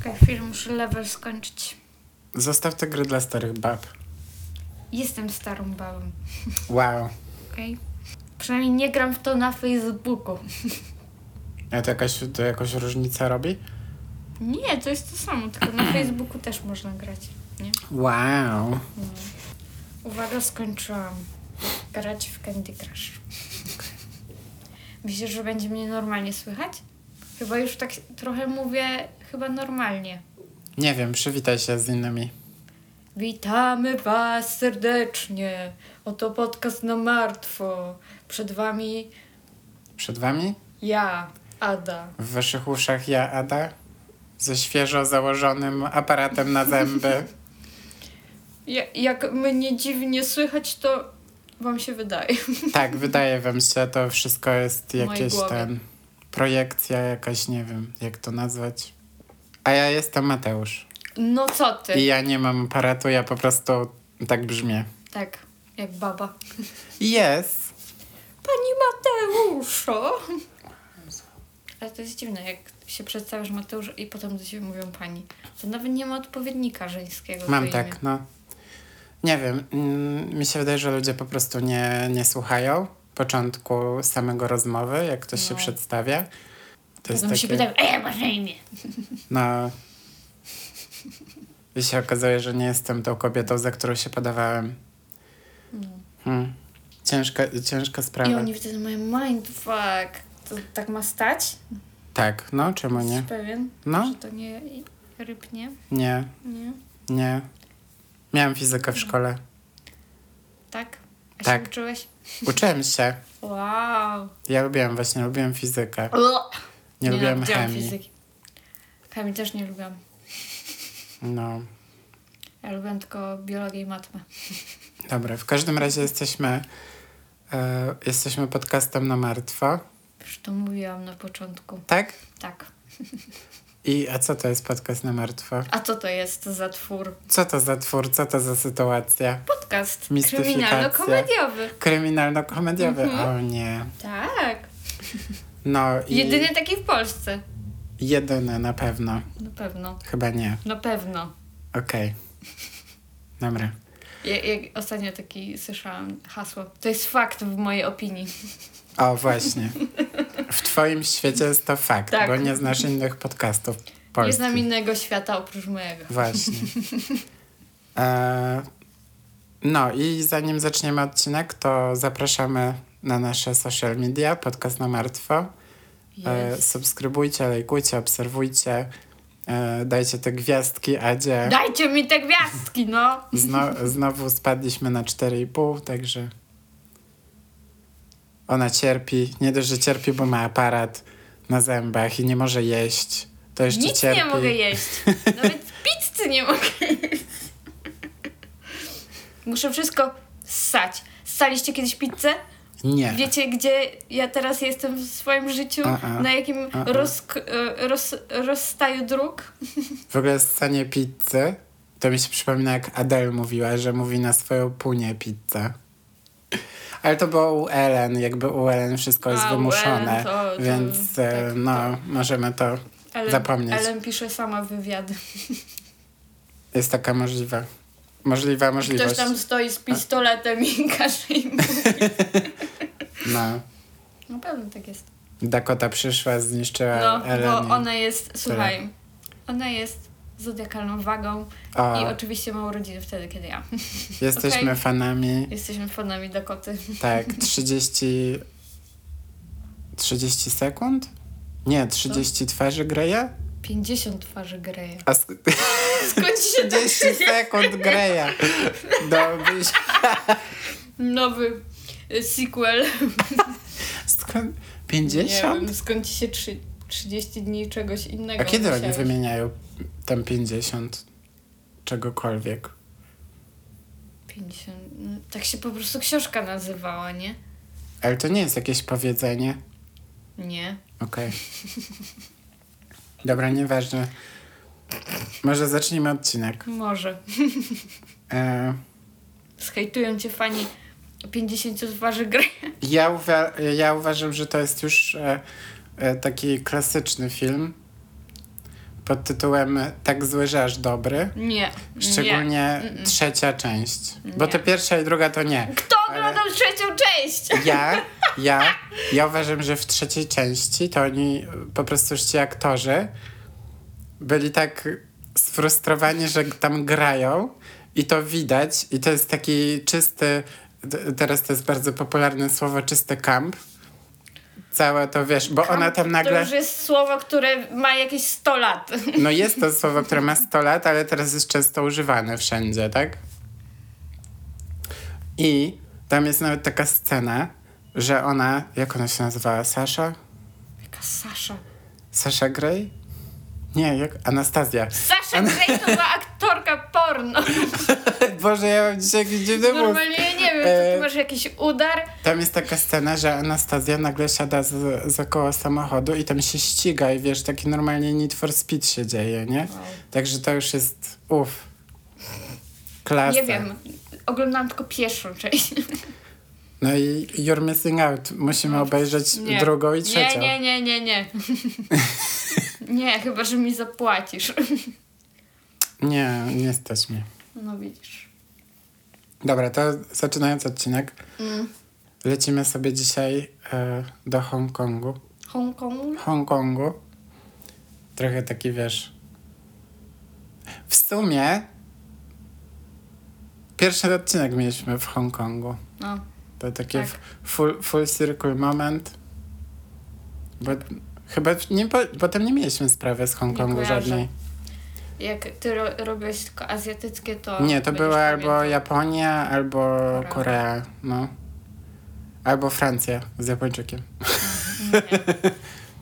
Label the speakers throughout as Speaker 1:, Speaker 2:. Speaker 1: Okej, chwilę muszę level skończyć.
Speaker 2: Zostaw tę grę dla starych bab.
Speaker 1: Jestem starą babą,
Speaker 2: Wow.
Speaker 1: okej? Przynajmniej nie gram w to na Facebooku.
Speaker 2: A to jakaś, to jakaś różnica robi?
Speaker 1: Nie, to jest to samo, tylko na Facebooku też można grać, nie?
Speaker 2: Wow.
Speaker 1: Uwaga, skończyłam grać w Candy Crush. Myślisz, że będzie mnie normalnie słychać? Chyba już tak trochę mówię, chyba normalnie.
Speaker 2: Nie wiem, przywitaj się z innymi.
Speaker 1: Witamy Was serdecznie. Oto podcast na martwo. Przed Wami
Speaker 2: Przed wami,
Speaker 1: ja, Ada.
Speaker 2: w waszych uszach ja, Ada, ze świeżo założonym aparatem na zęby.
Speaker 1: Ja, jak mnie dziwnie słychać, to Wam się wydaje.
Speaker 2: Tak, wydaje wam się, to wszystko jest
Speaker 1: mojej
Speaker 2: jakieś
Speaker 1: głowie.
Speaker 2: ten... Projekcja jakaś, nie wiem, jak to nazwać. A ja jestem Mateusz.
Speaker 1: No co ty?
Speaker 2: I ja nie mam aparatu, ja po prostu tak brzmię.
Speaker 1: Tak, jak baba.
Speaker 2: Yes.
Speaker 1: Pani Mateuszo! Ale to jest dziwne, jak się przedstawiasz Mateusz i potem do ciebie mówią pani. To nawet nie ma odpowiednika żeńskiego. do
Speaker 2: Mam
Speaker 1: imię.
Speaker 2: tak, no. Nie wiem, mm, mi się wydaje, że ludzie po prostu nie, nie słuchają początku samego rozmowy, jak ktoś się
Speaker 1: No.
Speaker 2: przedstawia. To jest
Speaker 1: Potem się
Speaker 2: takie,
Speaker 1: pytają, ej, masz na imię.
Speaker 2: no... I się okazuje, że nie jestem tą kobietą, za którą się podawałem. Hmm. Ciężka, ciężka sprawa.
Speaker 1: No. I oni wtedy mają mindfuck. To tak ma stać?
Speaker 2: Tak, no czemu nie?
Speaker 1: Jesteś pewien?
Speaker 2: No,
Speaker 1: Że to nie rybnie?
Speaker 2: nie,
Speaker 1: Nie?
Speaker 2: nie. Miałem fizykę w szkole.
Speaker 1: Tak? A
Speaker 2: Tak.
Speaker 1: się uczyłeś?
Speaker 2: Uczyłem się.
Speaker 1: Wow.
Speaker 2: Ja lubiłem właśnie, lubiłem fizykę. Nie, lubiłem
Speaker 1: Nienawidziłam
Speaker 2: chemii.
Speaker 1: fizyki. Chemii też nie lubiłam.
Speaker 2: No,
Speaker 1: Ja lubiłam tylko biologię i matmę.
Speaker 2: dobra. W każdym razie jesteśmy, e, jesteśmy podcastem na martwo,
Speaker 1: Już to mówiłam na początku.
Speaker 2: tak?
Speaker 1: Tak.
Speaker 2: I a co to jest podcast na martwo?
Speaker 1: A co to jest za twór?
Speaker 2: Co to za twór, co to za sytuacja?
Speaker 1: Podcast
Speaker 2: Mistyfikacja.
Speaker 1: kryminalno-komediowy.
Speaker 2: Kryminalno-komediowy.
Speaker 1: Mhm.
Speaker 2: O nie.
Speaker 1: Tak.
Speaker 2: No i
Speaker 1: Jedyny taki w Polsce.
Speaker 2: jedyny na pewno.
Speaker 1: Na pewno.
Speaker 2: Chyba nie.
Speaker 1: Na pewno.
Speaker 2: Okej. Dobra.
Speaker 1: Ja, jak ostatnio taki słyszałam hasło. To jest fakt w mojej opinii.
Speaker 2: O właśnie. W twoim świecie jest to fakt,
Speaker 1: Tak.
Speaker 2: bo nie znasz innych podcastów
Speaker 1: Nie
Speaker 2: polskich.
Speaker 1: znam innego świata oprócz mojego.
Speaker 2: Właśnie. E, no i zanim zaczniemy odcinek, to zapraszamy na nasze social media, podcast na martwo. E,
Speaker 1: Jest.
Speaker 2: subskrybujcie, lajkujcie, obserwujcie, e, dajcie te gwiazdki, Adzie.
Speaker 1: Dajcie mi te gwiazdki, no!
Speaker 2: Zno, znowu spadliśmy na 4,5, także ona cierpi. Nie dość, że cierpi, bo ma aparat na zębach i nie może jeść. To jeszcze
Speaker 1: Nic
Speaker 2: cierpi.
Speaker 1: nie mogę jeść. Nawet pizzy nie mogę jeść. Muszę wszystko ssać. Ssaliście kiedyś pizzę?
Speaker 2: Nie.
Speaker 1: Wiecie, gdzie ja teraz jestem w swoim życiu?
Speaker 2: A-a.
Speaker 1: Na jakim
Speaker 2: A-a.
Speaker 1: rozk- e, roz- rozstaju dróg?
Speaker 2: W ogóle scenie pizzy, to mi się przypomina jak Adele mówiła, że mówi na swoją punię pizzę. Ale to było u Ellen, jakby u Ellen wszystko jest
Speaker 1: A, u
Speaker 2: wymuszone,
Speaker 1: Ellen to- to-
Speaker 2: więc e,
Speaker 1: tak,
Speaker 2: no, możemy to,
Speaker 1: Ale,
Speaker 2: Zapomnieć.
Speaker 1: Ale pisze sama wywiady.
Speaker 2: jest taka możliwa, możliwa możliwość.
Speaker 1: Ktoś tam stoi z pistoletem i każe im.
Speaker 2: No.
Speaker 1: No pewno tak jest.
Speaker 2: Dakota przyszła, zniszczyła
Speaker 1: No,
Speaker 2: E, Ellen. i-
Speaker 1: bo ona jest, słuchaj, ona jest zodiakalną wagą i
Speaker 2: O,
Speaker 1: oczywiście ma urodziny wtedy, kiedy ja.
Speaker 2: jesteśmy
Speaker 1: okej.
Speaker 2: fanami,
Speaker 1: Jesteśmy fanami Dakoty.
Speaker 2: tak, 30... 30 sekund? Nie, 30 twarzy Greya?
Speaker 1: 50 twarzy Greya.
Speaker 2: A sk-
Speaker 1: Skąd się tak
Speaker 2: 30 sekund Greja. Dobisz.
Speaker 1: nowy y, sequel?
Speaker 2: Skąd?
Speaker 1: Nie
Speaker 2: 50?
Speaker 1: wiem, skąd ci się trzy, 30 dni czegoś innego
Speaker 2: A kiedy oni
Speaker 1: musiałeś?
Speaker 2: wymieniają tam 50 czegokolwiek?
Speaker 1: 50. no, Tak się po prostu książka nazywała, nie?
Speaker 2: Ale to nie jest jakieś powiedzenie.
Speaker 1: Nie.
Speaker 2: Okej. Dobra, nieważne. Może zacznijmy odcinek.
Speaker 1: Może.
Speaker 2: E,
Speaker 1: Skejtują cię fani 50 twarzy gry.
Speaker 2: Ja, uwa- ja uważam, że to jest już e, e, taki klasyczny film pod tytułem Tak zły, że aż dobry.
Speaker 1: Nie. Nie.
Speaker 2: Szczególnie trzecia część. Bo
Speaker 1: Nie.
Speaker 2: te pierwsza i druga to nie.
Speaker 1: Kto oglądał trzecią część?
Speaker 2: Ja, ja, ja uważam, że w trzeciej części to oni y, po prostu już ci aktorzy byli tak sfrustrowani, że tam grają i to widać i to jest taki czysty, t- teraz to jest bardzo popularne słowo, czysty camp. Całe to wiesz, bo ona tam
Speaker 1: To
Speaker 2: nagle...
Speaker 1: już jest słowo, które ma jakieś 100 lat.
Speaker 2: No jest to słowo, które ma 100 lat, ale teraz jest często używane wszędzie, tak? I tam jest nawet taka scena, że ona, jak ona się nazywała, Sasza?
Speaker 1: Jaka Sasza.
Speaker 2: Sasza Grey? Nie, jak Anastazja.
Speaker 1: Sasza Grey to była aktorka porno.
Speaker 2: Boże, ja mam dzisiaj jakiś dziwny mózg.
Speaker 1: Normalnie ja nie wiem,
Speaker 2: E.
Speaker 1: czy ty masz jakiś udar.
Speaker 2: Tam jest taka scena, że Anastazja nagle siada z, za koło samochodu i tam się ściga i wiesz, taki normalnie Need for Speed się dzieje, nie?
Speaker 1: No.
Speaker 2: Także to już jest, uff, klasa.
Speaker 1: Nie wiem. Oglądałam tylko pierwszą część.
Speaker 2: No i You're Missing Out. Musimy obejrzeć
Speaker 1: No. Nie.
Speaker 2: drugą i trzecią.
Speaker 1: Nie, nie, nie, nie, nie. nie, chyba, że mi zapłacisz.
Speaker 2: nie, nie jesteśmy.
Speaker 1: no widzisz.
Speaker 2: Dobra, to zaczynając odcinek,
Speaker 1: Mm.
Speaker 2: lecimy sobie dzisiaj e, do Hongkongu.
Speaker 1: Hongkong?
Speaker 2: Hongkongu. Trochę taki wiesz. W sumie pierwszy odcinek mieliśmy w Hongkongu.
Speaker 1: No.
Speaker 2: To taki
Speaker 1: Tak.
Speaker 2: f- full, full circle moment. Bo chyba nie, po, potem nie mieliśmy sprawy z Hongkongu
Speaker 1: kojarzę.
Speaker 2: żadnej.
Speaker 1: Jak ty ro- robiłeś tylko azjatyckie, to...
Speaker 2: Nie, to
Speaker 1: będziesz
Speaker 2: była albo
Speaker 1: pamiętał.
Speaker 2: Japonia, albo Korea.
Speaker 1: Korea.
Speaker 2: no. Albo Francja z Japończykiem.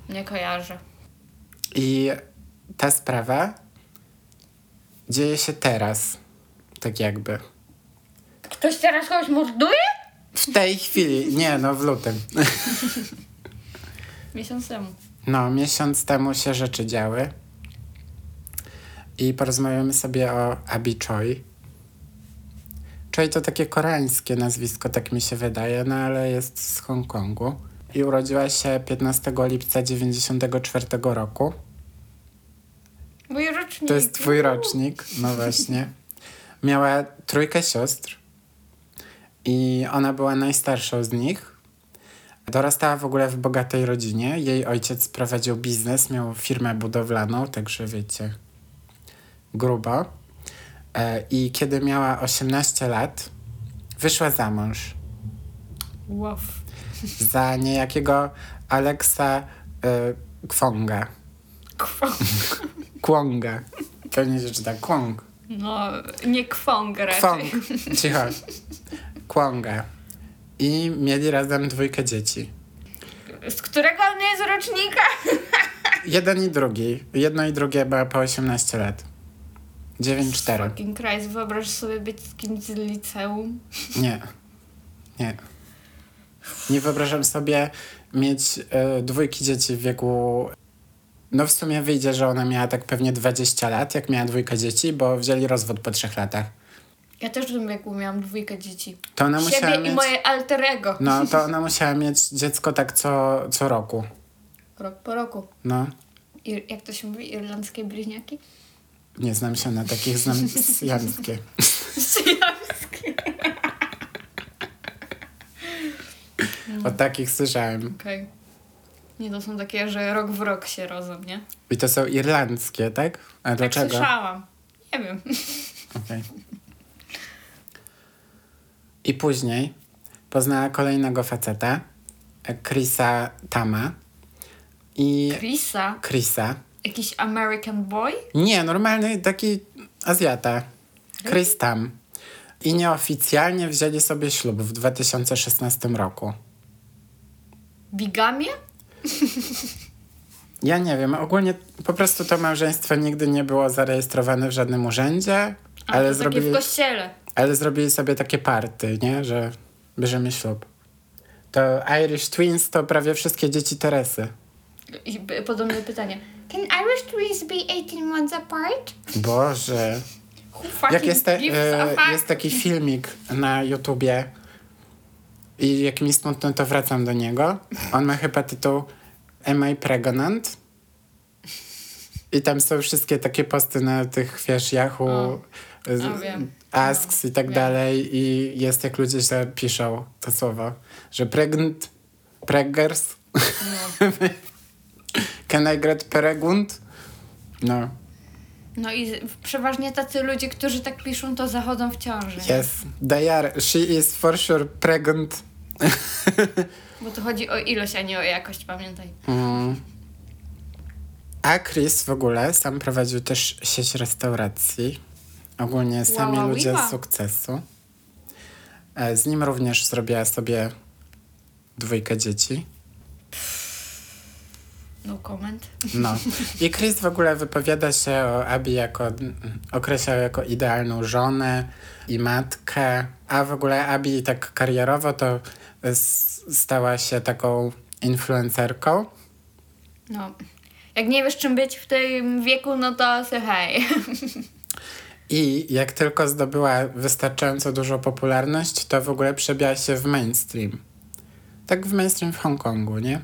Speaker 1: Nie, nie kojarzę.
Speaker 2: I ta sprawa dzieje się teraz, tak jakby.
Speaker 1: Ktoś teraz kogoś morduje?
Speaker 2: W tej chwili, nie no, w lutym.
Speaker 1: Miesiąc temu.
Speaker 2: No, miesiąc temu się rzeczy działy. I porozmawiamy sobie o Abi Choi. Choi to takie koreańskie nazwisko, tak mi się wydaje, no ale jest z Hongkongu. I urodziła się 15 lipca 94 roku.
Speaker 1: Mój rocznik.
Speaker 2: To jest twój rocznik, no właśnie. Miała trójkę siostr i ona była najstarszą z nich. Dorastała w ogóle w bogatej rodzinie. Jej ojciec prowadził biznes, miał firmę budowlaną, także wiecie, grubo. E, I kiedy miała 18 lat, wyszła za mąż
Speaker 1: Wow.
Speaker 2: za niejakiego Aleksa y, Kwonga.
Speaker 1: Kwą.
Speaker 2: Kwonga. Pewnie się czyta Kwong.
Speaker 1: No, nie kwąg raczej.
Speaker 2: Kwong. Cicho. Kwonga. I mieli razem dwójkę dzieci.
Speaker 1: Z którego on jest rocznika?
Speaker 2: Jeden i drugi. Jedno i drugie ma po 18 lat. 9-4.
Speaker 1: Fucking Christ, wyobraź sobie być z kimś z liceum.
Speaker 2: Nie. Nie. Nie wyobrażam sobie mieć y, dwójki dzieci w wieku. No w sumie wyjdzie, że ona miała tak pewnie 20 lat, jak miała dwójkę dzieci, bo wzięli rozwód po trzech latach.
Speaker 1: Ja też w tym wieku miałam dwójkę dzieci.
Speaker 2: To ona No, musiała
Speaker 1: Siebie
Speaker 2: mieć.
Speaker 1: i moje alterego.
Speaker 2: No to ona musiała mieć dziecko tak co, co roku.
Speaker 1: Rok po roku.
Speaker 2: No.
Speaker 1: Ir- jak to się mówi? Irlandzkie bliźniaki?
Speaker 2: Nie znam się na takich, znam syjamskie.
Speaker 1: Syjamskie.
Speaker 2: O takich słyszałem.
Speaker 1: Okej. Nie, to są takie, że rok w rok się rodzą, nie?
Speaker 2: I to są irlandzkie, tak? A
Speaker 1: Tak
Speaker 2: dlaczego?
Speaker 1: słyszałam. Nie wiem.
Speaker 2: Okej. I później poznała kolejnego faceta, e, Chrisa Tama. I
Speaker 1: Chrisa?
Speaker 2: Chrisa.
Speaker 1: Jakiś American boy?
Speaker 2: Nie, normalny taki Azjata. Chris Tam. I nieoficjalnie wzięli sobie ślub w 2016 roku.
Speaker 1: Bigamia?
Speaker 2: Ja nie wiem, ogólnie po prostu to małżeństwo nigdy nie było zarejestrowane w żadnym urzędzie,
Speaker 1: A, to
Speaker 2: ale
Speaker 1: takie
Speaker 2: zrobili,
Speaker 1: w kościele.
Speaker 2: ale zrobili sobie takie party, nie? Że bierzemy ślub. To Irish Twins to prawie wszystkie dzieci Teresy.
Speaker 1: I b- podobne pytanie. Can Irish twins be 18 months apart?
Speaker 2: Boże.
Speaker 1: Who fucking
Speaker 2: Jak jest, te,
Speaker 1: gives
Speaker 2: e,
Speaker 1: a fuck?
Speaker 2: jest taki filmik na YouTubie, I jak mi smutno, to wracam do niego. On ma chyba tytuł Am I Pregnant? I tam są wszystkie takie posty na tych, wiesz, Yahoo,
Speaker 1: O.
Speaker 2: z-
Speaker 1: O, wiem.
Speaker 2: Asks
Speaker 1: No,
Speaker 2: i tak
Speaker 1: wiem.
Speaker 2: dalej. I jest, jak ludzie źle piszą to słowo, że pregnant, preggers,
Speaker 1: No.
Speaker 2: can I get pregunt? No,
Speaker 1: no i z- przeważnie tacy ludzie, którzy tak piszą, to zachodzą w ciąży. nie?
Speaker 2: yes, they are, she is for sure pregnant.
Speaker 1: Bo tu chodzi o ilość, a nie o jakość, pamiętaj.
Speaker 2: Mm. A Chris w ogóle sam prowadził też sieć restauracji. Ogólnie sami
Speaker 1: Wow, wow,
Speaker 2: ludzie
Speaker 1: wow.
Speaker 2: sukcesu. E, Z nim również zrobiła sobie dwójkę dzieci.
Speaker 1: No comment.
Speaker 2: No. I Chris w ogóle wypowiada się o Abi jako, określał jako idealną żonę i matkę, a w ogóle Abi tak karierowo to s- stała się taką influencerką.
Speaker 1: No. Jak nie wiesz, czym być w tym wieku, no to se hej.
Speaker 2: I jak tylko zdobyła wystarczająco dużą popularność, to w ogóle przebiła się w mainstream. Tak w mainstream w Hongkongu, nie?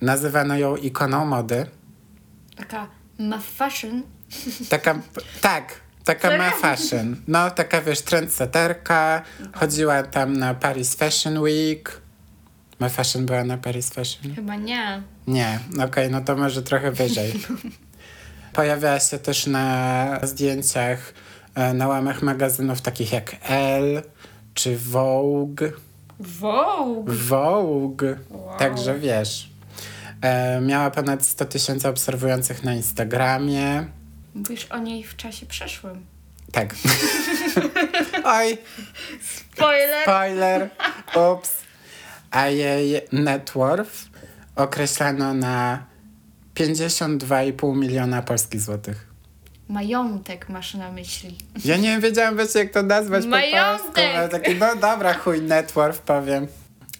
Speaker 2: Nazywano ją ikoną mody.
Speaker 1: Taka ma fashion.
Speaker 2: Taka, tak, taka ma fashion. No, taka wiesz, trendseterka. Chodziła tam na Paris Fashion Week. Ma fashion była na Paris Fashion?
Speaker 1: Chyba nie.
Speaker 2: Nie, okej, no to może trochę wyżej. Pojawiała się też na zdjęciach e, na łamach magazynów takich jak Elle czy Vogue.
Speaker 1: Vogue.
Speaker 2: Vogue.
Speaker 1: Wow.
Speaker 2: Także wiesz. E, miała ponad 100 tysięcy obserwujących na Instagramie.
Speaker 1: Mówisz o niej w czasie przeszłym.
Speaker 2: Tak. Oj,
Speaker 1: Spoiler!
Speaker 2: spoiler. Ups. A jej net worth określano na 52,5 miliona polskich złotych.
Speaker 1: Majątek masz na myśli.
Speaker 2: Ja nie wiedziałam wiecie, jak to nazwać po polsku.
Speaker 1: Majątek.
Speaker 2: ale Taki, no dobra, chuj, network powiem.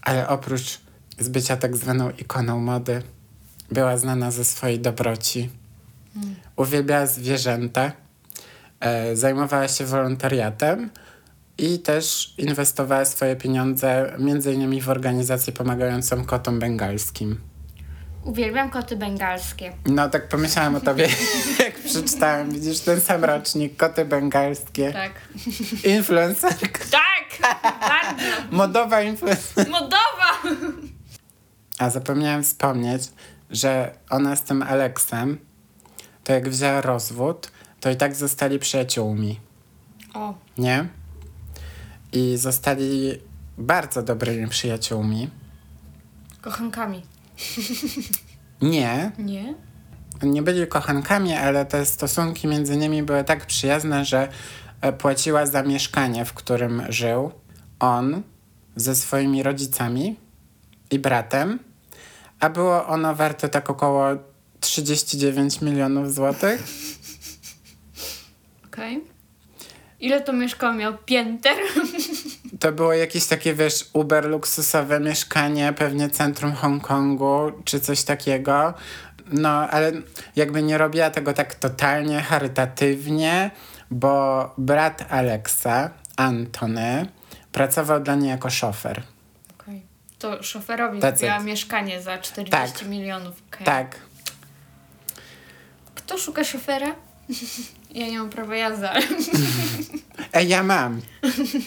Speaker 2: Ale oprócz zbycia tak zwaną ikoną mody, była znana ze swojej dobroci. Uwielbiała zwierzęta, e, zajmowała się wolontariatem i też inwestowała swoje pieniądze między innymi w organizację pomagającą kotom bengalskim.
Speaker 1: Uwielbiam koty bengalskie.
Speaker 2: No tak pomyślałam o tobie, jak przeczytałem, widzisz, ten sam rocznik, koty bengalskie,
Speaker 1: Tak.
Speaker 2: influencerka.
Speaker 1: Tak! Bardzo!
Speaker 2: Modowa influencer.
Speaker 1: Modowa!
Speaker 2: A zapomniałem wspomnieć, że ona z tym Aleksem, to jak wzięła rozwód, to i tak zostali przyjaciółmi,
Speaker 1: O,
Speaker 2: nie? I zostali bardzo dobrymi przyjaciółmi.
Speaker 1: kochankami.
Speaker 2: Nie,
Speaker 1: Nie?
Speaker 2: nie byli kochankami, ale te stosunki między nimi były tak przyjazne, że e, płaciła za mieszkanie, w którym żył on ze swoimi rodzicami i bratem, a było ono warte tak około 39 milionów złotych.
Speaker 1: Okej. Ile to mieszkał miał pięter?
Speaker 2: To było jakieś takie, wiesz, uber luksusowe mieszkanie, pewnie centrum Hongkongu czy coś takiego. No, ale jakby nie robiła tego tak totalnie charytatywnie, bo brat Aleksa, Antony, pracował dla niej jako szofer.
Speaker 1: Okej. To szoferowi
Speaker 2: Tacy.
Speaker 1: kupiła mieszkanie za 40 milionów. Okej.
Speaker 2: Tak.
Speaker 1: Kto szuka szofera? Ja nie mam prawa jazdy, ale
Speaker 2: Ej, E, ja mam.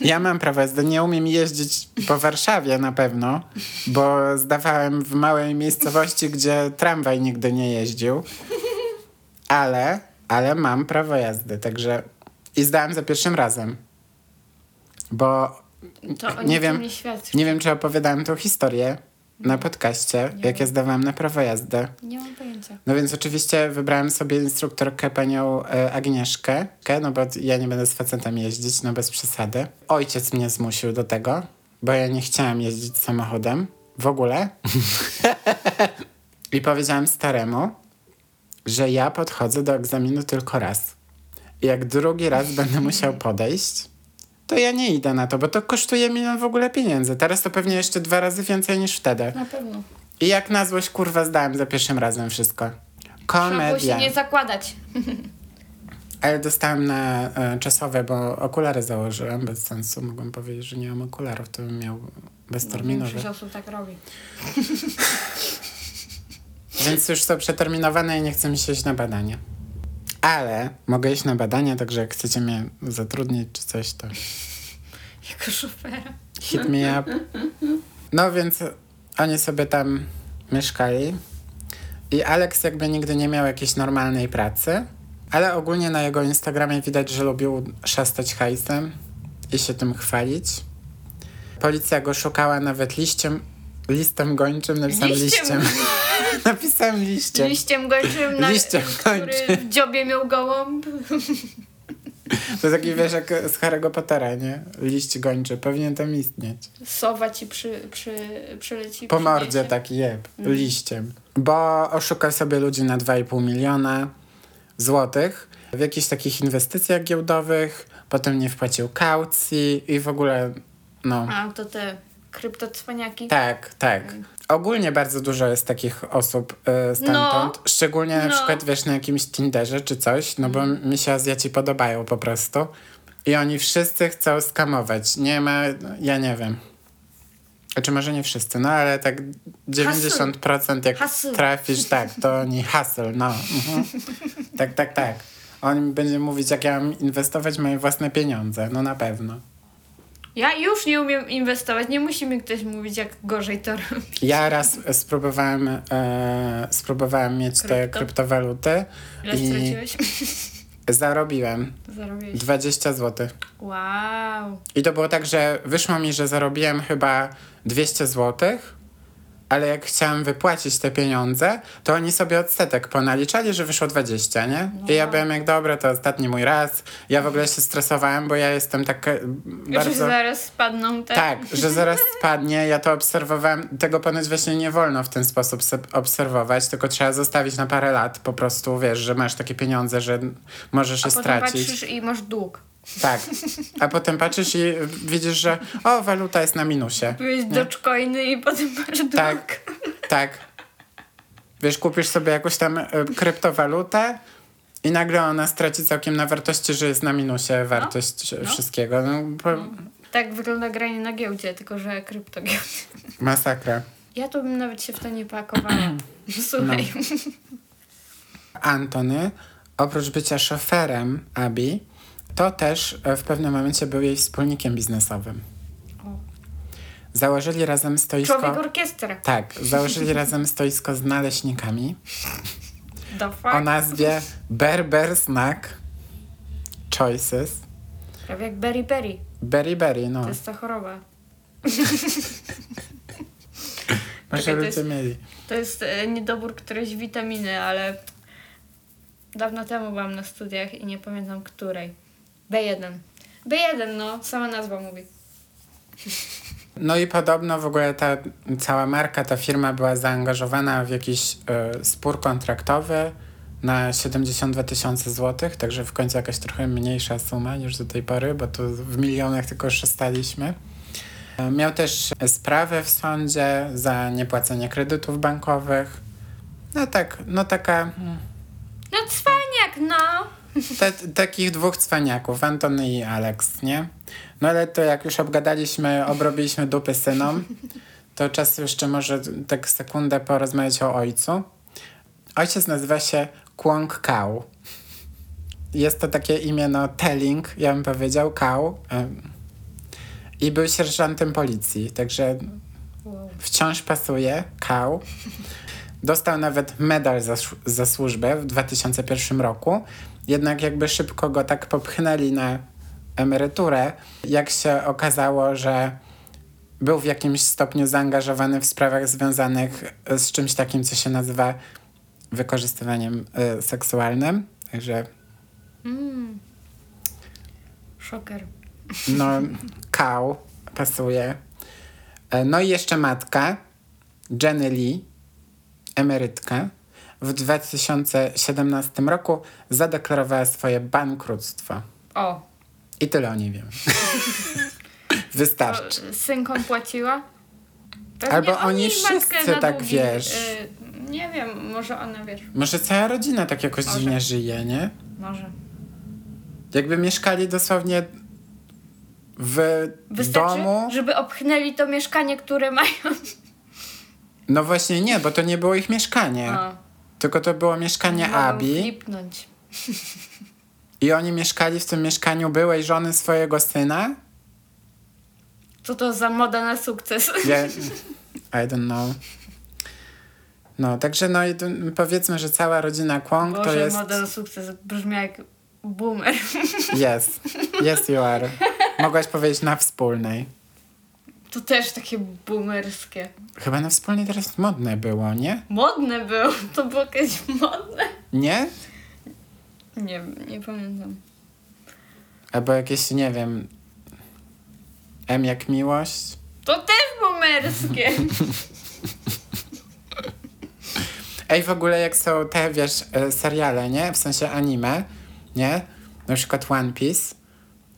Speaker 2: Ja mam prawo jazdy. Nie umiem jeździć po Warszawie na pewno, bo zdawałem w małej miejscowości, gdzie tramwaj nigdy nie jeździł. Ale, ale mam prawo jazdy, także... I zdałem za pierwszym razem. Bo
Speaker 1: to o
Speaker 2: Nie
Speaker 1: nie
Speaker 2: wiem.
Speaker 1: wiem. nie świadczy.
Speaker 2: nie wiem, czy opowiadałem tą historię na podcaście, jak ja zdawałam na prawo jazdy.
Speaker 1: Nie mam pojęcia.
Speaker 2: No więc oczywiście wybrałem sobie instruktorkę panią e, Agnieszkę, Ke, no bo ja nie będę z facetem jeździć, no bez przesady. Ojciec mnie zmusił do tego, bo ja nie chciałam jeździć samochodem w ogóle. I powiedziałam staremu, że ja podchodzę do egzaminu tylko raz. I jak drugi raz będę musiał podejść, to ja nie idę na to, bo to kosztuje milion w ogóle pieniędzy. Teraz to pewnie jeszcze dwa razy więcej niż wtedy.
Speaker 1: Na pewno.
Speaker 2: I jak na złość, kurwa, zdałem za pierwszym razem wszystko.
Speaker 1: Trzeba było się
Speaker 2: Komedia.
Speaker 1: nie zakładać.
Speaker 2: Ale dostałam na e, czasowe, bo okulary założyłem, bez sensu. Mogłam powiedzieć, że nie mam okularów, to bym miał bezterminowe.
Speaker 1: Większość osób tak robi.
Speaker 2: Więc już są przeterminowane i nie chcę mi się iść na badanie. Ale mogę iść na badania, także jak chcecie mnie zatrudnić czy coś, to
Speaker 1: Jako szofera.
Speaker 2: hit me up. No więc oni sobie tam mieszkali. I Alex jakby nigdy nie miał jakiejś normalnej pracy, ale ogólnie na jego Instagramie widać, że lubił szastać hajsem i się tym chwalić. Policja go szukała nawet liściem, listem gończym, napisałem liściem.
Speaker 1: Liściem.
Speaker 2: napisałem liściem.
Speaker 1: Liściem gończym, na,
Speaker 2: Liściem
Speaker 1: który
Speaker 2: gończym.
Speaker 1: w dziobie miał gołąb.
Speaker 2: To taki wiesz jak z Harry'ego Pottera, nie? Liść gończy, powinien tam istnieć.
Speaker 1: Sowa ci przy, przy, przyleci.
Speaker 2: Po
Speaker 1: przyniesie.
Speaker 2: mordzie tak. taki jeb, liściem. Bo oszukał sobie ludzi na 2,5 miliona złotych w jakichś takich inwestycjach giełdowych, potem nie wpłacił kaucji i w ogóle, no...
Speaker 1: A, to te kryptocwaniaki.
Speaker 2: Tak, tak. Ogólnie bardzo dużo jest takich osób y, stamtąd.
Speaker 1: No.
Speaker 2: Szczególnie na
Speaker 1: No. Mhm.
Speaker 2: przykład wiesz na jakimś Tinderze czy coś, no bo mi się Azjaci podobają po prostu. I oni wszyscy chcą skamować. Nie ma, no, ja nie wiem. Znaczy może nie wszyscy, no ale tak 90% jak
Speaker 1: Hustle.
Speaker 2: trafisz, tak, to oni hustle, no. Mhm. Tak, tak, tak. On mi będzie mówić, jak ja mam inwestować moje własne pieniądze, no na pewno.
Speaker 1: Ja już nie umiem inwestować, nie musi mi ktoś mówić, jak gorzej to robi.
Speaker 2: Ja raz spróbowałem, e, spróbowałem mieć te
Speaker 1: Krypto?
Speaker 2: kryptowaluty
Speaker 1: Ile
Speaker 2: i
Speaker 1: straciłeś?
Speaker 2: zarobiłem
Speaker 1: Zarobiłeś.
Speaker 2: 20 zł.
Speaker 1: Wow.
Speaker 2: I to było tak, że wyszło mi, że zarobiłem chyba 200 zł, ale jak chciałem wypłacić te pieniądze, to oni sobie odsetek ponaliczali, że wyszło 20, nie?
Speaker 1: No.
Speaker 2: I ja byłem jak, dobra, to ostatni mój raz. Ja w ogóle się stresowałem, bo ja jestem tak e,
Speaker 1: Już
Speaker 2: bardzo...
Speaker 1: zaraz spadną te.
Speaker 2: Tak, że zaraz spadnie. Ja to obserwowałem. Tego ponoć właśnie nie wolno w ten sposób se- obserwować, tylko trzeba zostawić na parę lat. Po prostu wiesz, że masz takie pieniądze, że możesz
Speaker 1: A
Speaker 2: je
Speaker 1: potem
Speaker 2: stracić.
Speaker 1: patrzysz i masz dług.
Speaker 2: Tak. A potem patrzysz i widzisz, że o, waluta jest na minusie.
Speaker 1: Byłeś doczkojny i potem masz dług.
Speaker 2: Tak, tak. Wiesz, kupisz sobie jakąś tam e, kryptowalutę i nagle ona straci całkiem na wartości, że jest na minusie wartość e,
Speaker 1: no.
Speaker 2: wszystkiego. No, po...
Speaker 1: Tak wygląda granie na giełdzie, tylko że kryptogiełdzie.
Speaker 2: Masakra.
Speaker 1: Ja to bym nawet się w to nie pakowała.
Speaker 2: No.
Speaker 1: Słuchaj.
Speaker 2: Antony, oprócz bycia szoferem Abi, to też e, w pewnym momencie był jej wspólnikiem biznesowym.
Speaker 1: O.
Speaker 2: Założyli razem stoisko.
Speaker 1: Człowiek orkiestra.
Speaker 2: Tak, założyli razem stoisko z naleśnikami
Speaker 1: The fuck?
Speaker 2: o nazwie Berber Snack Choices.
Speaker 1: Prawie jak Berry Berry.
Speaker 2: Berry Berry, no.
Speaker 1: To jest ta choroba. czekaj,
Speaker 2: Może
Speaker 1: to
Speaker 2: ludzie
Speaker 1: jest-
Speaker 2: mieli.
Speaker 1: To jest e, niedobór którejś witaminy, ale dawno temu byłam na studiach i nie pamiętam której. B1. B1, no, sama nazwa mówi.
Speaker 2: No i podobno w ogóle ta cała marka, ta firma była zaangażowana w jakiś y, spór kontraktowy na 72 tysiące złotych, także w końcu jakaś trochę mniejsza suma niż do tej pory, bo tu w milionach tylko już staliśmy. Y, Miał też sprawę w sądzie za niepłacenie kredytów bankowych. No tak, no taka,
Speaker 1: No cwaniak, no!
Speaker 2: te, takich dwóch cwaniaków, Antony i Alex, nie? No ale to jak już obgadaliśmy, obrobiliśmy dupy synom, to czas jeszcze może tak sekundę porozmawiać o ojcu. Ojciec nazywa się Kwong Kau. Jest to takie imię, no, telling, ja bym powiedział, Kau. em. I był sierżantem policji, także
Speaker 1: Wow.
Speaker 2: wciąż pasuje, kał. Dostał nawet medal za, słu- za służbę w 2001 roku, jednak jakby szybko go tak popchnęli na emeryturę, jak się okazało, że był w jakimś stopniu zaangażowany w sprawach związanych e, z czymś takim, co się nazywa wykorzystywaniem y, seksualnym. Także
Speaker 1: Mm. Szoker.
Speaker 2: No, kał, pasuje. E, No i jeszcze matka, Jenny Lee, emerytka, w 2017 roku zadeklarowała swoje bankructwo.
Speaker 1: O,
Speaker 2: I tyle o niej wiem.
Speaker 1: to
Speaker 2: Wystarczy.
Speaker 1: synkom płaciła?
Speaker 2: Albo
Speaker 1: oni
Speaker 2: oni
Speaker 1: matkę
Speaker 2: wszyscy
Speaker 1: na
Speaker 2: tak,
Speaker 1: długi,
Speaker 2: wiesz.
Speaker 1: y, nie wiem, może ona wiesz.
Speaker 2: Może cała rodzina tak jakoś
Speaker 1: Może.
Speaker 2: dziwnie żyje, nie?
Speaker 1: Może.
Speaker 2: Jakby mieszkali dosłownie w
Speaker 1: Wystarczy,
Speaker 2: domu.
Speaker 1: żeby obchnęli to mieszkanie, które mają.
Speaker 2: No właśnie nie, bo to nie było ich mieszkanie.
Speaker 1: A,
Speaker 2: Tylko to było mieszkanie
Speaker 1: mogą
Speaker 2: Abi
Speaker 1: Flipnąć.
Speaker 2: i oni mieszkali w tym mieszkaniu byłej żony swojego syna.
Speaker 1: Co to za moda na sukces?
Speaker 2: Ja, I don't know. No, także no i to- powiedzmy, że cała rodzina Kwong to
Speaker 1: Boże,
Speaker 2: jest...
Speaker 1: moda na sukces brzmi jak boomer.
Speaker 2: Yes. Yes, you are. Mogłaś powiedzieć na wspólnej.
Speaker 1: To też takie boomerskie.
Speaker 2: Chyba na wspólnej teraz modne było, nie?
Speaker 1: Modne było, to było jakieś modne.
Speaker 2: Nie?
Speaker 1: Nie, nie pamiętam.
Speaker 2: Albo jakieś, nie wiem... M jak miłość?
Speaker 1: To też boomerskie.
Speaker 2: Ej, w ogóle jak są te, wiesz, e, seriale, nie? W sensie anime, nie? Na przykład One Piece.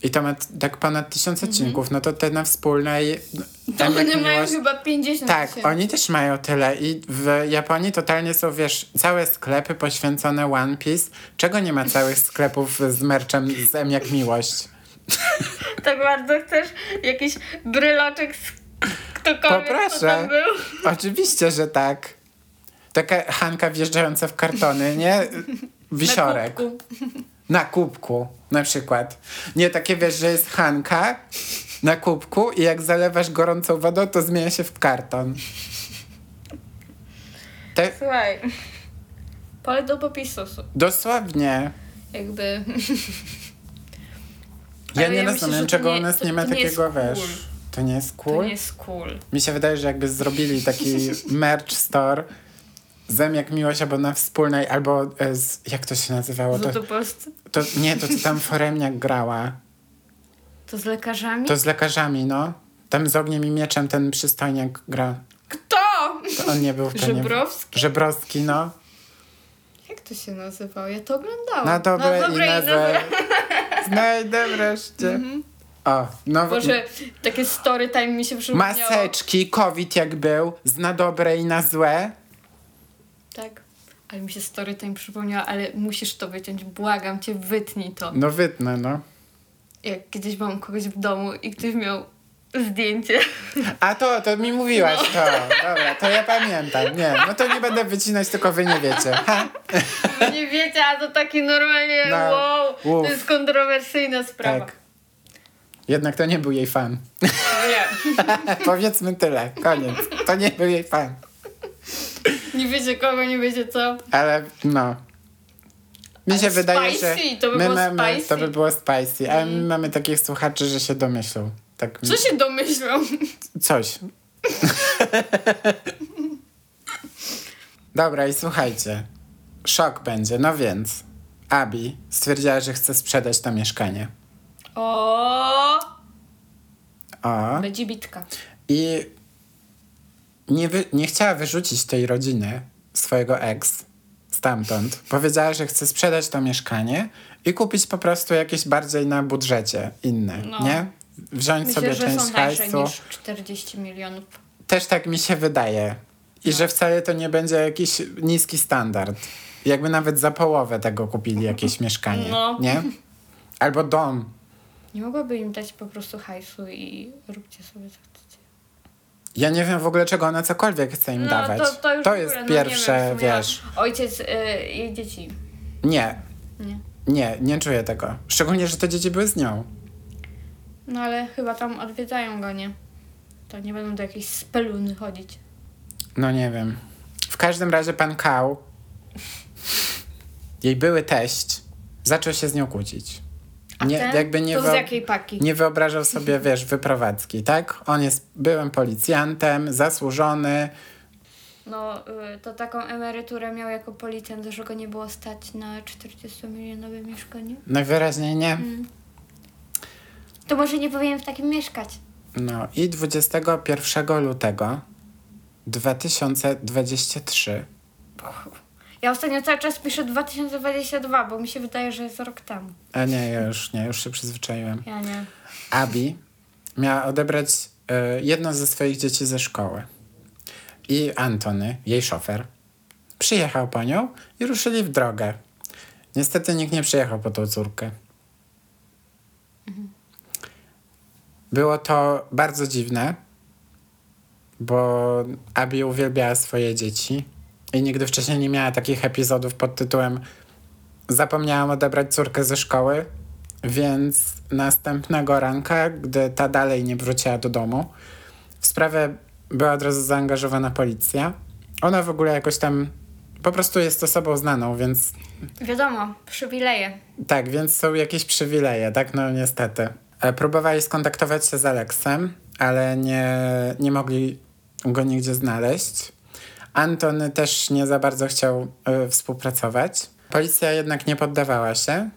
Speaker 2: I to ma t- tak ponad tysiąc odcinków, no to te na wspólnej...
Speaker 1: Mhm. To
Speaker 2: M jak
Speaker 1: one mają
Speaker 2: miłość-
Speaker 1: chyba 50
Speaker 2: Tak,
Speaker 1: tysięcy.
Speaker 2: oni też mają tyle i w Japonii totalnie są, wiesz, całe sklepy poświęcone One Piece. Czego nie ma całych sklepów z merczem z M jak miłość?
Speaker 1: Tak bardzo chcesz jakiś bryloczek z ktokolwiek,
Speaker 2: Poproszę.
Speaker 1: kto tam był.
Speaker 2: Oczywiście, że tak. Taka Hanka wjeżdżająca w kartony, nie? Wisiorek.
Speaker 1: Na kubku.
Speaker 2: Na kubku na przykład. Nie, takie wiesz, że jest Hanka na kubku i jak zalewasz gorącą wodą, to zmienia się w karton. Te,
Speaker 1: Słuchaj. Pole do popisu.
Speaker 2: dosłownie.
Speaker 1: Jakby...
Speaker 2: Ja
Speaker 1: Ale
Speaker 2: nie
Speaker 1: ja myślę,
Speaker 2: rozumiem,
Speaker 1: że to
Speaker 2: czego
Speaker 1: nie-
Speaker 2: u nas
Speaker 1: to-
Speaker 2: nie ma
Speaker 1: to nie jest
Speaker 2: takiego, wiesz...
Speaker 1: cool.
Speaker 2: To nie jest cool?
Speaker 1: To nie jest cool.
Speaker 2: Mi się wydaje, że jakby zrobili taki merch store zem jak miłość, albo na wspólnej, albo e, z, jak to się nazywało? To,
Speaker 1: To, to, polscy,
Speaker 2: to, nie, to, to tam Foremniak grała.
Speaker 1: to z lekarzami?
Speaker 2: To z lekarzami, no. Tam z ogniem i mieczem ten przystojniak gra.
Speaker 1: Kto?
Speaker 2: To on nie był w planie.
Speaker 1: Żebrowski?
Speaker 2: Żebrowski, no.
Speaker 1: Jak to się nazywało? Ja to oglądałam.
Speaker 2: Na no, dobre, i na
Speaker 1: dobre.
Speaker 2: złe. Mhm. Znajdę wreszcie. O, no.
Speaker 1: Boże, takie story time mi się przypomniało.
Speaker 2: Maseczki, COVID jak był, z na dobre i na złe.
Speaker 1: Tak. Ale mi się story time przypomniała, ale musisz to wyciąć. Błagam cię, wytnij to.
Speaker 2: No wytnę, no.
Speaker 1: Jak kiedyś byłam u kogoś w domu i ktoś miał zdjęcie.
Speaker 2: A to, to mi mówiłaś to. Dobra, to ja pamiętam. Nie, no to nie będę wycinać, tylko wy nie wiecie. Ha.
Speaker 1: Wy Nie wiecie, a to taki normalnie
Speaker 2: No,
Speaker 1: wow.
Speaker 2: uff.
Speaker 1: To jest kontrowersyjna sprawa.
Speaker 2: Tak. Jednak to nie był jej fan.
Speaker 1: No, nie.
Speaker 2: Powiedzmy tyle, koniec. To nie był jej fan.
Speaker 1: nie wiecie kogo, nie wiecie co.
Speaker 2: Ale no. Mi
Speaker 1: Ale
Speaker 2: się wydaje,
Speaker 1: spicy,
Speaker 2: że
Speaker 1: to by
Speaker 2: my
Speaker 1: było
Speaker 2: mamy,
Speaker 1: spicy. Mhm.
Speaker 2: to by było spicy, a my mamy takich słuchaczy, że się domyślą. Tak,
Speaker 1: Co się domyślą?
Speaker 2: Coś. Dobra, i słuchajcie. Szok będzie, no więc. Abi stwierdziła, że chce sprzedać to mieszkanie.
Speaker 1: O,
Speaker 2: O.
Speaker 1: będzie bitka.
Speaker 2: I nie, wy, nie chciała wyrzucić tej rodziny, swojego ex, stamtąd. Powiedziała, że chce sprzedać to mieszkanie i kupić po prostu jakieś bardziej na budżecie inne,
Speaker 1: No.
Speaker 2: nie? Wziąć
Speaker 1: Myślę,
Speaker 2: sobie
Speaker 1: że
Speaker 2: część
Speaker 1: są tańsze
Speaker 2: hajsu.
Speaker 1: niż 40 milionów.
Speaker 2: Też tak mi się wydaje. I
Speaker 1: No.
Speaker 2: że wcale to nie będzie jakiś niski standard. Jakby nawet za połowę tego kupili jakieś mieszkanie,
Speaker 1: No.
Speaker 2: nie? Albo dom.
Speaker 1: Nie mogłaby im dać po prostu hajsu i róbcie sobie co chcecie.
Speaker 2: Ja nie wiem w ogóle, czego ona cokolwiek chce im dawać. To,
Speaker 1: No, już w
Speaker 2: jest
Speaker 1: ogóle, no nie wiem, w
Speaker 2: pierwsze,
Speaker 1: sumie
Speaker 2: wiesz.
Speaker 1: Ojciec y, jej dzieci.
Speaker 2: Nie,
Speaker 1: Nie.
Speaker 2: Nie, nie czuję tego. Szczególnie, że te dzieci były z nią.
Speaker 1: No ale chyba tam odwiedzają go, nie? To nie będą do jakiejś speluny chodzić.
Speaker 2: No nie wiem. W każdym razie pan Kał, jej były teść, zaczął się z nią kłócić.
Speaker 1: A
Speaker 2: Nie,
Speaker 1: ten?
Speaker 2: jakby nie
Speaker 1: to z
Speaker 2: wyob-
Speaker 1: jakiej paki?
Speaker 2: Nie wyobrażał sobie, wiesz, wyprowadzki, tak? On jest byłym policjantem, zasłużony.
Speaker 1: No, y, to taką emeryturę miał jako policjant, że go nie było stać na 40-milionowe mieszkanie.
Speaker 2: Najwyraźniej No nie.
Speaker 1: To może nie powinien w takim mieszkać.
Speaker 2: No i 21 lutego 2023.
Speaker 1: Ja ostatnio cały czas piszę 2022, bo mi się wydaje, że jest rok temu.
Speaker 2: A nie, ja już nie, już się przyzwyczaiłem.
Speaker 1: Ja nie.
Speaker 2: Abi miała odebrać y, jedno ze swoich dzieci ze szkoły. I Antony, jej szofer, przyjechał po nią i ruszyli w drogę. Niestety nikt nie przyjechał po tą córkę. Było to bardzo dziwne, bo Abi uwielbiała swoje dzieci i nigdy wcześniej nie miała takich epizodów pod tytułem Zapomniałam odebrać córkę ze szkoły, więc następnego ranka, gdy ta dalej nie wróciła do domu, w sprawę była od razu zaangażowana policja. Ona w ogóle jakoś tam po prostu jest osobą znaną, więc
Speaker 1: Wiadomo, przywileje.
Speaker 2: tak, więc są jakieś przywileje, tak? No niestety. E, Próbowali skontaktować się z Aleksem, ale nie, nie mogli go nigdzie znaleźć. Anton też nie za bardzo chciał e, współpracować. Policja jednak nie poddawała się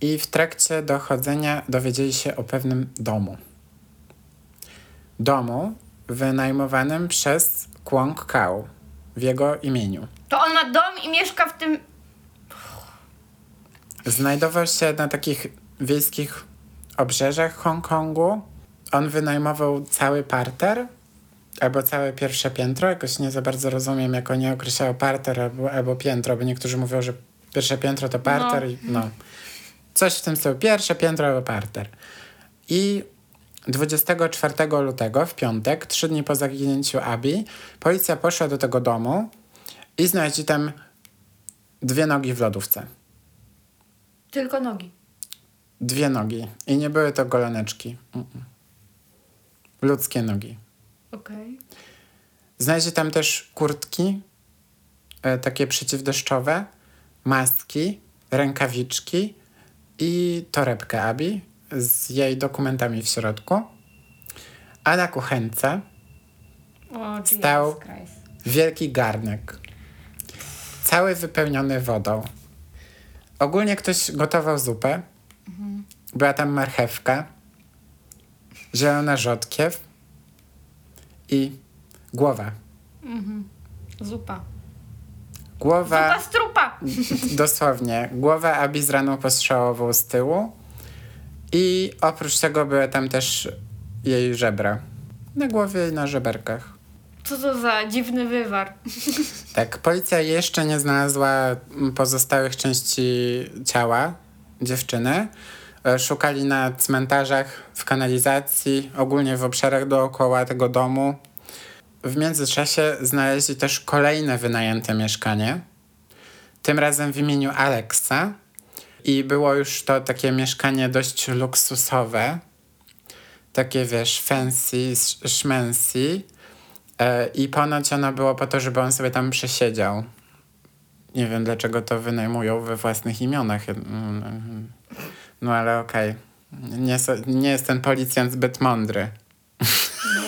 Speaker 2: i w trakcie dochodzenia dowiedzieli się o pewnym domu. Domu wynajmowanym przez Kwong Kao w jego imieniu.
Speaker 1: To on ma dom i mieszka w tym...
Speaker 2: Znajdował się na takich wiejskich obrzeżach Hongkongu. On wynajmował cały parter albo całe pierwsze piętro. Jakoś nie za bardzo rozumiem, jak oni określają parter albo, albo piętro, bo niektórzy mówią, że pierwsze piętro to parter. No. I, no. Coś w tym stylu. Pierwsze piętro albo parter. I 24 lutego, w piątek, trzy dni po zaginięciu Abi, policja poszła do tego domu i znaleźli tam dwie nogi w lodówce
Speaker 1: Tylko nogi.
Speaker 2: dwie nogi. I nie były to goloneczki. Mm-mm. Ludzkie nogi.
Speaker 1: Okej.
Speaker 2: Znajdzie tam też kurtki, e, takie przeciwdeszczowe, maski, rękawiczki i torebkę Abi z jej dokumentami w środku. A na kuchence
Speaker 1: O, Jesus
Speaker 2: Stał.
Speaker 1: Christ.
Speaker 2: wielki garnek. Cały wypełniony wodą. Ogólnie ktoś gotował zupę. Była tam marchewka, zielona rzodkiew i głowa.
Speaker 1: Zupa.
Speaker 2: Głowa,
Speaker 1: Zupa z trupa!
Speaker 2: dosłownie, głowa Abi z raną postrzałową z tyłu i oprócz tego były tam też jej żebra. Na głowie i na żeberkach.
Speaker 1: Co to za dziwny wywar?
Speaker 2: Tak, policja jeszcze nie znalazła mm, pozostałych części ciała dziewczyny. E, Szukali na cmentarzach, w kanalizacji, ogólnie w obszarach dookoła tego domu. W międzyczasie znaleźli też kolejne wynajęte mieszkanie, tym razem w imieniu Alexa. I było już to takie mieszkanie dość luksusowe, takie wiesz, fancy, sz- szmancy. E, I ponoć ono było po to, żeby on sobie tam przesiedział. Nie wiem, dlaczego to wynajmują we własnych imionach. jed- mm, mhm. No ale okej. Nie, so- nie jest ten policjant zbyt mądry.
Speaker 1: No,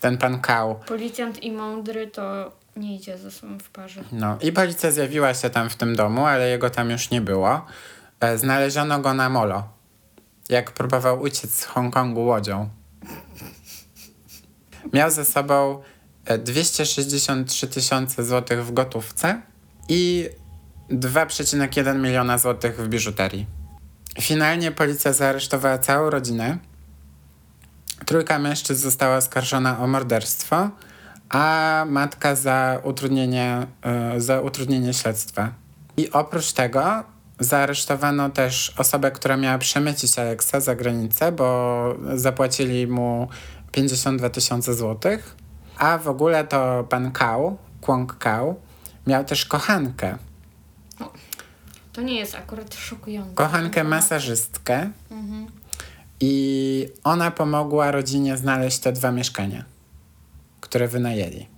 Speaker 2: Ten pan Kał.
Speaker 1: policjant i mądry to nie idzie ze sobą w parze.
Speaker 2: No i policja zjawiła się tam w tym domu, ale jego tam już nie było. E, Znaleziono go na molo. Jak próbował uciec z Hongkongu łodzią. Miał ze sobą e, 263 tysiące złotych w gotówce i 2,1 miliona złotych w biżuterii. Finalnie policja zaaresztowała całą rodzinę. Trójka mężczyzn została oskarżona o morderstwo, a matka za utrudnienie, y, za utrudnienie śledztwa. I oprócz tego zaaresztowano też osobę, która miała przemycić Aleksa za granicę, bo zapłacili mu 52 tysiące złotych. A w ogóle to pan Kał, Kwong Kał, miał też kochankę.
Speaker 1: To nie jest akurat szokujące.
Speaker 2: Kochankę masażystkę. I ona pomogła rodzinie znaleźć te dwa mieszkania, które wynajęli.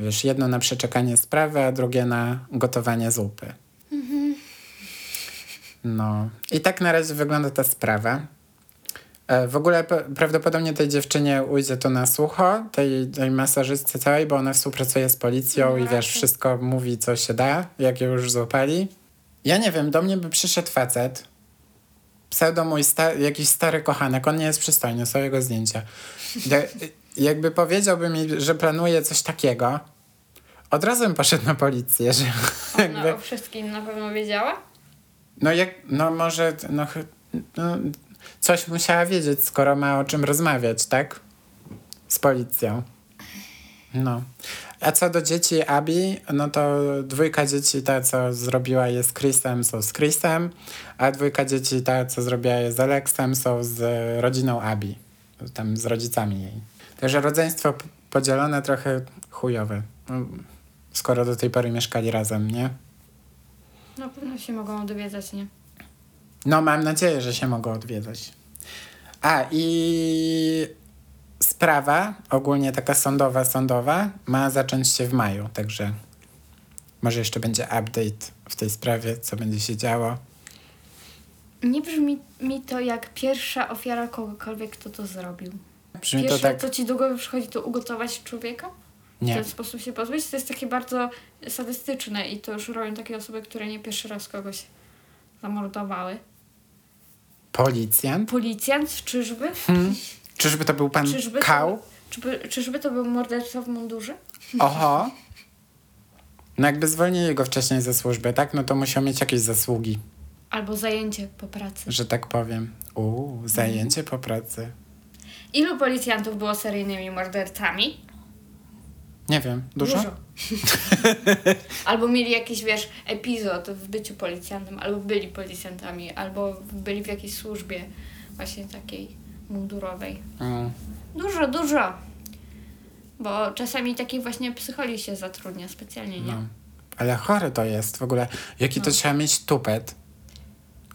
Speaker 2: Wiesz, jedno na przeczekanie sprawy, a drugie na gotowanie zupy. No. I tak na razie wygląda ta sprawa. E, W ogóle p- prawdopodobnie tej dziewczynie ujdzie to na sucho, tej, tej masażystce całej, bo ona współpracuje z policją
Speaker 1: No
Speaker 2: i wiesz,
Speaker 1: raczej.
Speaker 2: wszystko mówi, co się da, jak ją już złapali. Ja nie wiem, do mnie by przyszedł facet, pseudo mój sta- jakiś stary kochanek, on nie jest przystojny, są jego zdjęcia. De- jakby powiedziałby mi, że planuje coś takiego, od razu bym poszedł na policję, że
Speaker 1: Ona
Speaker 2: jakby...
Speaker 1: o wszystkim na pewno wiedziała?
Speaker 2: No jak, no może, no, chy- no coś musiała wiedzieć, skoro ma o czym rozmawiać, tak? Z policją. No. A co do dzieci Abi, no to dwójka dzieci, ta co zrobiła je z Chrisem, są z Chrisem, a dwójka dzieci, ta co zrobiła je z Alexem, są z e, rodziną Abi, tam z rodzicami jej. Także rodzeństwo p- podzielone trochę chujowe, Mm, skoro do tej pory mieszkali razem, nie?
Speaker 1: Na pewno się mogą dowiedzać, nie?
Speaker 2: No, mam nadzieję, że się mogą odwiedzać. A i sprawa, ogólnie taka sądowa, sądowa, ma zacząć się w maju, także może jeszcze będzie update w tej sprawie, co będzie się działo.
Speaker 1: Nie brzmi mi to jak pierwsza ofiara kogokolwiek, kto to zrobił.
Speaker 2: Brzmi
Speaker 1: Pierwsze,
Speaker 2: to tak.
Speaker 1: co ci do głowy przychodzi, to ugotować człowieka? W
Speaker 2: Nie.
Speaker 1: ten sposób się pozbyć? To jest takie bardzo sadystyczne i to już robią takie osoby, które nie pierwszy raz kogoś zamordowały.
Speaker 2: Policjant? Hmm?
Speaker 1: Policjant, czyżby?
Speaker 2: Czyżby to był pan
Speaker 1: Czyżby to-
Speaker 2: Hmm, Kał?
Speaker 1: Czyby, czyżby to był morderca w mundurze?
Speaker 2: Oho. No jakby zwolnili go wcześniej ze służby, tak? No to musiał mieć jakieś zasługi,
Speaker 1: Albo zajęcie po pracy.
Speaker 2: że tak powiem. Uuu, zajęcie po pracy.
Speaker 1: Ilu policjantów było seryjnymi mordercami?
Speaker 2: Nie wiem, dużo?
Speaker 1: albo mieli jakiś, wiesz, epizod w byciu policjantem, albo byli policjantami, albo byli w jakiejś służbie właśnie takiej mundurowej.
Speaker 2: Mm.
Speaker 1: Dużo, dużo. Bo czasami takich właśnie psycholi się zatrudnia specjalnie, nie?
Speaker 2: No. Ale chory to jest w ogóle. Jaki
Speaker 1: No.
Speaker 2: to trzeba mieć tupet,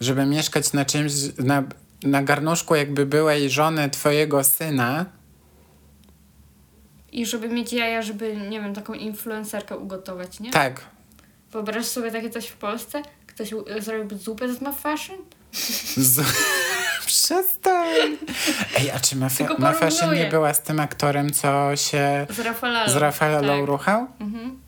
Speaker 2: żeby mieszkać na czymś, na, na garnuszku jakby byłej żony twojego syna.
Speaker 1: I żeby mieć jaja, żeby, nie wiem, taką influencerkę ugotować, nie?
Speaker 2: Tak.
Speaker 1: Wyobraź sobie takie coś w Polsce? Ktoś u- zrobił zupę z Mad Fashion?
Speaker 2: Z... Przestań. Ej, a czy Mafia,
Speaker 1: Tylko
Speaker 2: Mafia się
Speaker 1: porównuję.
Speaker 2: nie była z tym aktorem, co się
Speaker 1: Z Rafala.
Speaker 2: z Rafaela
Speaker 1: tak.
Speaker 2: ruchał?
Speaker 1: Mhm.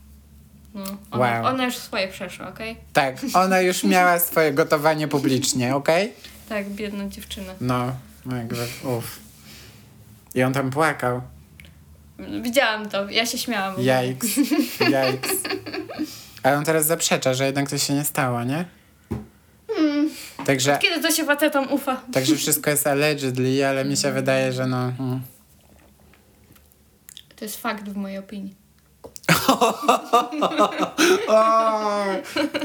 Speaker 1: No. Ona,
Speaker 2: Wow.
Speaker 1: ona już swoje przeszła, okej?
Speaker 2: Tak, ona już miała swoje gotowanie publicznie, okej?
Speaker 1: Tak, biedna dziewczyna.
Speaker 2: No, jakby, uff. I on tam płakał.
Speaker 1: Widziałam to, ja się śmiałam.
Speaker 2: Jajks, jajks. Ale on teraz zaprzecza, że jednak to się nie stało, nie?
Speaker 1: Hmm.
Speaker 2: Także,
Speaker 1: Kiedy to się facetom ufa?
Speaker 2: także wszystko jest allegedly, ale mi się wydaje, że no... mm.
Speaker 1: To jest fakt w mojej opinii.
Speaker 2: O,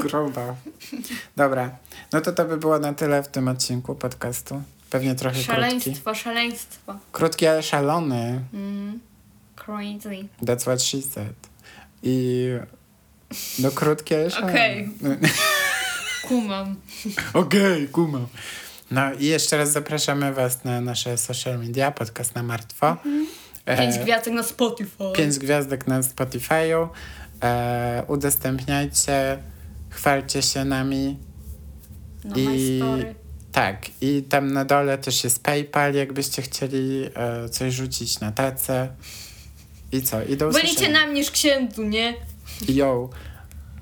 Speaker 2: gruba. Dobra, no to to by było na tyle w tym odcinku podcastu. Pewnie trochę krótki.
Speaker 1: Szaleństwo, szaleństwo.
Speaker 2: Krótki, ale szalony.
Speaker 1: Mm. Crazy.
Speaker 2: That's what she said. I... No krótki, ale szalony.
Speaker 1: Okej. Kumam.
Speaker 2: Okej, kumam. No i jeszcze raz zapraszamy Was na nasze social media, podcast na martwo.
Speaker 1: Mhm. Pięć
Speaker 2: E,
Speaker 1: gwiazdek na Spotify.
Speaker 2: pięć gwiazdek na Spotify'u. E, udostępniajcie, chwalcie się nami.
Speaker 1: No,
Speaker 2: i-
Speaker 1: my story.
Speaker 2: Tak, i tam na dole też jest PayPal, jakbyście chcieli e, coś rzucić na tacę. I co? I do
Speaker 1: Wolicie
Speaker 2: usłyszenia.
Speaker 1: nam niż księdzu, nie?
Speaker 2: Yo.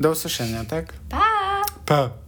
Speaker 2: Do usłyszenia, tak?
Speaker 1: Pa!
Speaker 2: Pa.